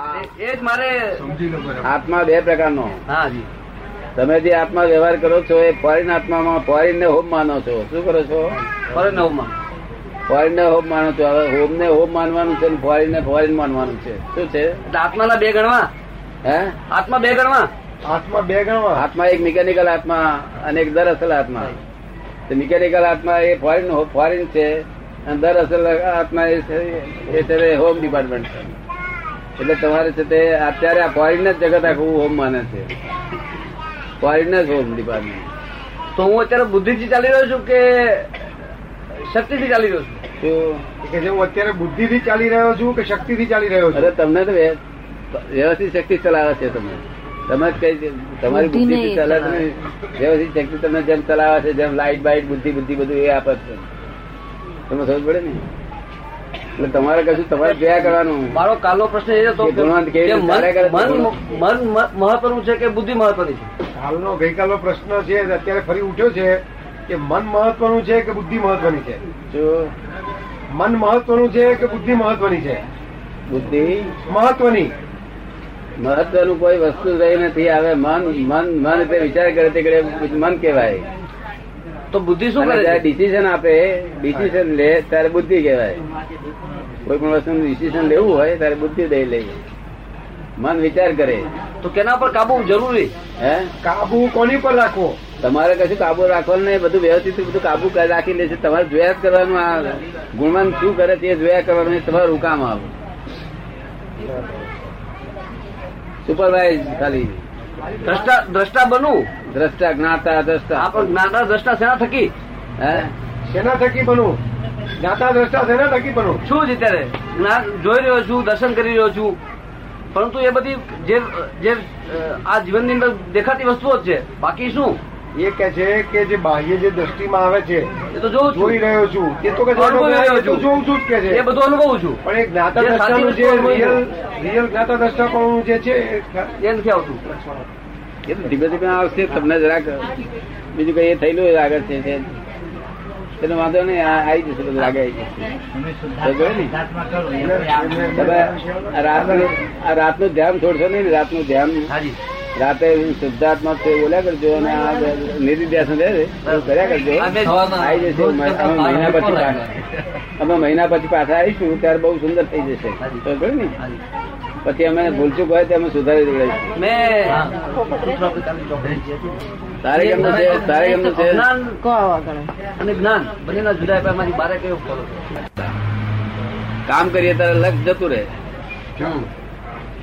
આ એ જ મારે સમજી લો બરાબર આત્મા બે પ્રકારનો હા જી તમે જે આત્મા વ્યવહાર કરો છો એ ફોરેન આત્મામાં ફોરેન ને હોમ માનો છો શું કરો છો ફરે નવમાં ફોરેન ને હોમ માનો છો હવે હોમ ને હોમ માનવાનું છે ફોરેન ને ફોરેન માનવાનું છે શું છે એટલે આત્માના બે ગણવા હે આત્મા બે ગણવા હાથમાં બે ગણવા આત્મા એક મિકેનિકલ આત્મા અને એક દરઅસલ આત્મા મિકેનિકલ આત્મા એ ફોરેન ફોરેન છે અને દરઅસલ આત્મા એ છે- એ છે હોમ ડિપાર્ટમેન્ટ છે એટલે તમારે છે તે અત્યારે આ ફોરેન જ જગત આખું હોમ માને છે ફોરેન જ હોમ ડિપાર્ટમેન્ટ તો હું અત્યારે બુદ્ધિથી ચાલી રહ્યો છું કે શક્તિથી ચાલી રહ્યો છું શું કે જે હું અત્યારે બુદ્ધિ થી ચાલી રહ્યો છું કે શક્તિ થી ચાલી રહ્યો અરે છું તમને તો વ્ય- વ્યવસ્થિત શક્તિ ચલાવે છે તમે તમે જ કઈ તમારી બુદ્ધિ નહીં બુદ્ધિ ચલાવે છે ને, વ્યવસ્થિત શક્તિ તમને જેમ ચલાવે છે જેમ લાઇટ બાઇટ બુદ્ધિ બુદ્ધિ બધું એ આપે છે તમને સમજ પડે ને એટલે તમારે કશું તમારે જોયા કરવાનું મારો કાલનો પ્રશ્ન એ હતો કે ગુણવંત કેવી કે રીતે કાર્ય કરે છે? મન મન મન મહત્વનું છે કે બુદ્ધિ મહત્વની છે હાલનો ગઈકાલનો પ્રશ્ન છે તે અત્યારે ફરી ઉઠ્યો છે કે મન મહત્વનું છે કે બુદ્ધિ મહત્વની છે જો મન મહત્વનું છે કે બુદ્ધિ મહત્વની છે બુદ્ધિ મહત્વની મહત્વનું કોઈ વસ્તુ રહી નથી આવે મન મન મન તે વિચાર કરે તે કરે મન કહેવાય તો બુદ્ધિ શું અને કરે જ્યારે છે ડિસિઝન આપે ડિસિઝન લે ત્યારે બુદ્ધિ કહેવાય કોઈ પણ વસ્તુનું ડિસિઝન લેવું હોય ત્યારે બુદ્ધિ દઈ લે મન વિચાર કરે તો કેના પર કાબુ જરૂરી હે કાબુ કોની પર રાખવો તમારે કશું કાબુ રાખવાનું નહીં બધું વ્યવસ્થિત બધું કાબુ કરી રાખી લે છે તમારે જોયા જ કરવાનું આ ગુણવાન શું કરે તે જોયા કરવાનું એ તમારું કામ આવે સુપરવાઇઝ ખાલી દ્રષ્ટા દ્રષ્ટા બનવું દ્રષ્ટા જ્ઞાતા દ્રષ્ટા આ પણ જ્ઞાતા દ્રષ્ટા સેના થકી હે શેના થકી બનવું જ્ઞાતા દ્રષ્ટા શેના થકી બનવું છું જ અત્યારે જ્ઞાન જોઈ રહ્યો છું દર્શન કરી રહ્યો છું પરંતુ એ બધી જે જે અ, આ જીવનની અંદર દેખાતી વસ્તુઓ જ છે બાકી શું એ કે છે કે જે બાહ્ય જે દ્રષ્ટિમાં આવે છે એ તો જોઉં જોઈ છું રહ્યો છું એ તો કે છે, અનુભવી રહ્યો એ તો જોઉં છું જ કે છું છે એ બધું અનુભવું છું પણ એ જ્ઞાતા જે દ્રષ્ટાનું સાચી જે વસ્તુ હોય રિયલ રિયલ જ્ઞાતા દ્રષ્ટાપણું જે છે એ એ નથી આવતું એ તો ધીમે ધીમે આવશે તમને જરાક બીજું કઈ એ થયેલું હોય આગળ છે તે. એનો વાંધો નહીં આ આવી જશે બધું લાગે આવી જશે સમજો ને? તમે આ રાતનું આ રાતનું ધ્યાન છોડશો નહીં ને, રાતનું ધ્યાન હાજી રાતે શુદ્ધાત્મા છે એ બોલ્યા કરજો અને આ નિર્ધ્યાસન રહે છે, એવું કર્યા કરજો આ મેં સવારમાં આવી જશે અમે મહિના પછી પાછા અમે મહિના પછી પાછા આવીશું ત્યારે બહુ સુંદર થઈ જશે સમજો ને હાજી. પછી અમે ભૂલચૂક હોય તો અમે સુધારી દેવડાવીશું મેં તારે કેમનું છે તારે કેમનું છે અજ્ઞાન કહો આગળ અને જ્ઞાન બંનેના જુદા પાયા મારી બારે કયો ફરક કામ કરીએ ત્યારે લક્ષ જતું રહે કામ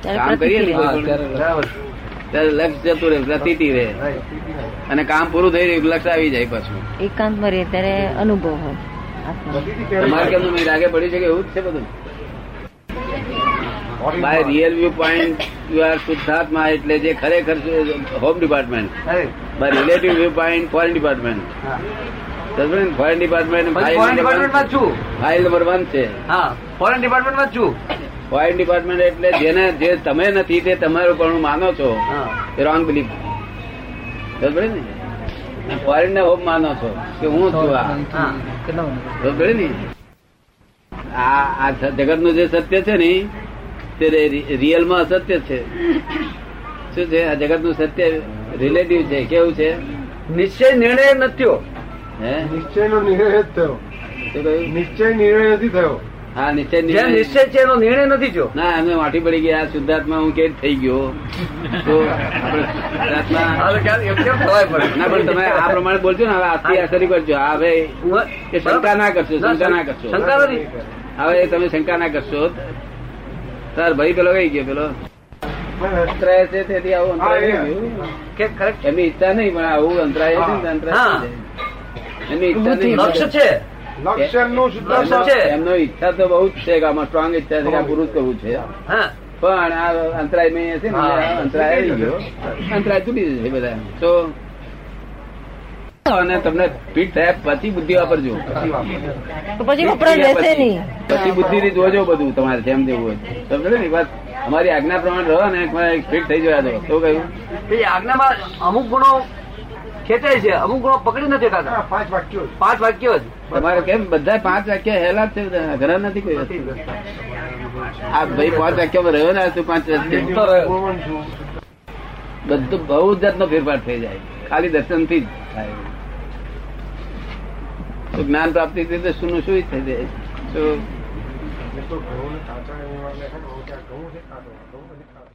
ત્યારે કરીએ ને પ્રતિક્રિયા. કોઈ પણ, ત્યારે લક્ષ જતું રહે પ્રતિતિ રહે અને કામ પૂરું થઈ રહ્યું લક્ષ આવી જાય પાછું એકાંતમાં રહે ત્યારે અનુભવ હોય આત્મા તમારે કેમનું મેં લાગે પડ્યું છે કે એવું જ છે બધું by real view point you are શુદ્ધાત્મા એટલે જે ખરેખર home department by relative view point foreign department foreign department foreign ડિપાર્ટમેન્ટમાં જ છું ફાઇલ નંબર વન છે હા ફોરેન ડિપાર્ટમેન્ટમાં જ છું ફોરેન ડિપાર્ટમેન્ટ એટલે જેને જે તમે નથી તે તમારું પણ માનો છો હા એ રોંગ બિલીફ બરાબર ને ફોરેન ને હોમ માનો છો કે હું છું આ હા બરાબર ને આ આ જગત નું જે સત્ય છે ને તે રિયલ માં અસત્ય છે શું છે આ જગત નું સત્ય રિલેટિવ છે કેવું છે નિશ્ચય નિર્ણય નથી થયો હે નિશ્ચય નો નિર્ણય જ થયો શું કહ્યું નિશ્ચય નિર્ણય નથી થયો હા નિશ્ચય જેમ નિર્ણય. નિશ્ચય છે એનો નિર્ણય નથી થયો ના એમને વાટી પડી ગયા આ શુદ્ધાત્મા હું કેટ થઈ ગયો તો આપણે શુદ્ધાત્મા હાલ ક્યારે- એમ કેમ ખવાય પડે? ના પણ તમે આ પ્રમાણે બોલજો ને હવે આજથી આ શરૂ કરજો આ હવે હું- એ શંકા ના કરશો, શંકા ના કરશો. શંકા નથી હવે તમે શંકા ના કરશો તાર ભાઈ પેલો કઈ ગયો પેલો અંતરાય છે તેથી આવું અંતરાય હા, થઈ ગયું. કે correct એમની ઈચ્છા નહીં પણ આવું અંતરાય છે ને તો અંતરાય થઈ જાય. એમની ઈચ્છા ઊભું થઈ નહીં. લક્ષ્ય છે લક્ષણ નું શુદ્ધાત્મા લક્ષણ છે. એમનો ઈચ્છા તો બહુ જ છે કે આમાં સ્ટ્રોંગ ઈચ્છા છે કે આ પૂરું જ કરવું છે હા પણ આ અંતરાય મેં છે ને હા. અંતરાય આવી ગયો અંતરાય તૂટી જશે બધા તો અને તમને ફિટ થયા પછી બુદ્ધિ વાપરજો તો પછી કપડાં લેશે નહીં પછી બુદ્ધિ થી જોજો બધું તમારે જેમ દેવું હોય સમજો ને વાત અમારી આજ્ઞા પ્રમાણે રહો ને એકવાર ફિટ થઈ જવા દો તો કહ્યું એ આજ્ઞામાં અમુક ગુણો ખેંચાય છે અમુક ગુણો પકડી નથી હા, કાઢતા પાંચ વાક્યો જ. પાંચ વાક્યો જ તમારે કેમ બધા પાંચ વાક્ય હેલા જ છે બધા. ઘણા નથી કોઈ વસ્તુ. આ ભાઈ પાંચ વાક્યમાં રહ્યો ને તું પાંચ વર્ષથી. તો રહ્યો. ગુણવાન છું. બધું બહુ જ જાતનો ફેરફાર થઈ જાય ખાલી દર્શન થી જ થાય તો જ્ઞાન પ્રાપ્તિ થી તો શું શું થઈ જાય શું મેં તો ઘઉંને કાચા એવા મેં ખાધા. હું ત્યાં ઘઉં નથી ખાતો. ઘઉં નથી ખાતો.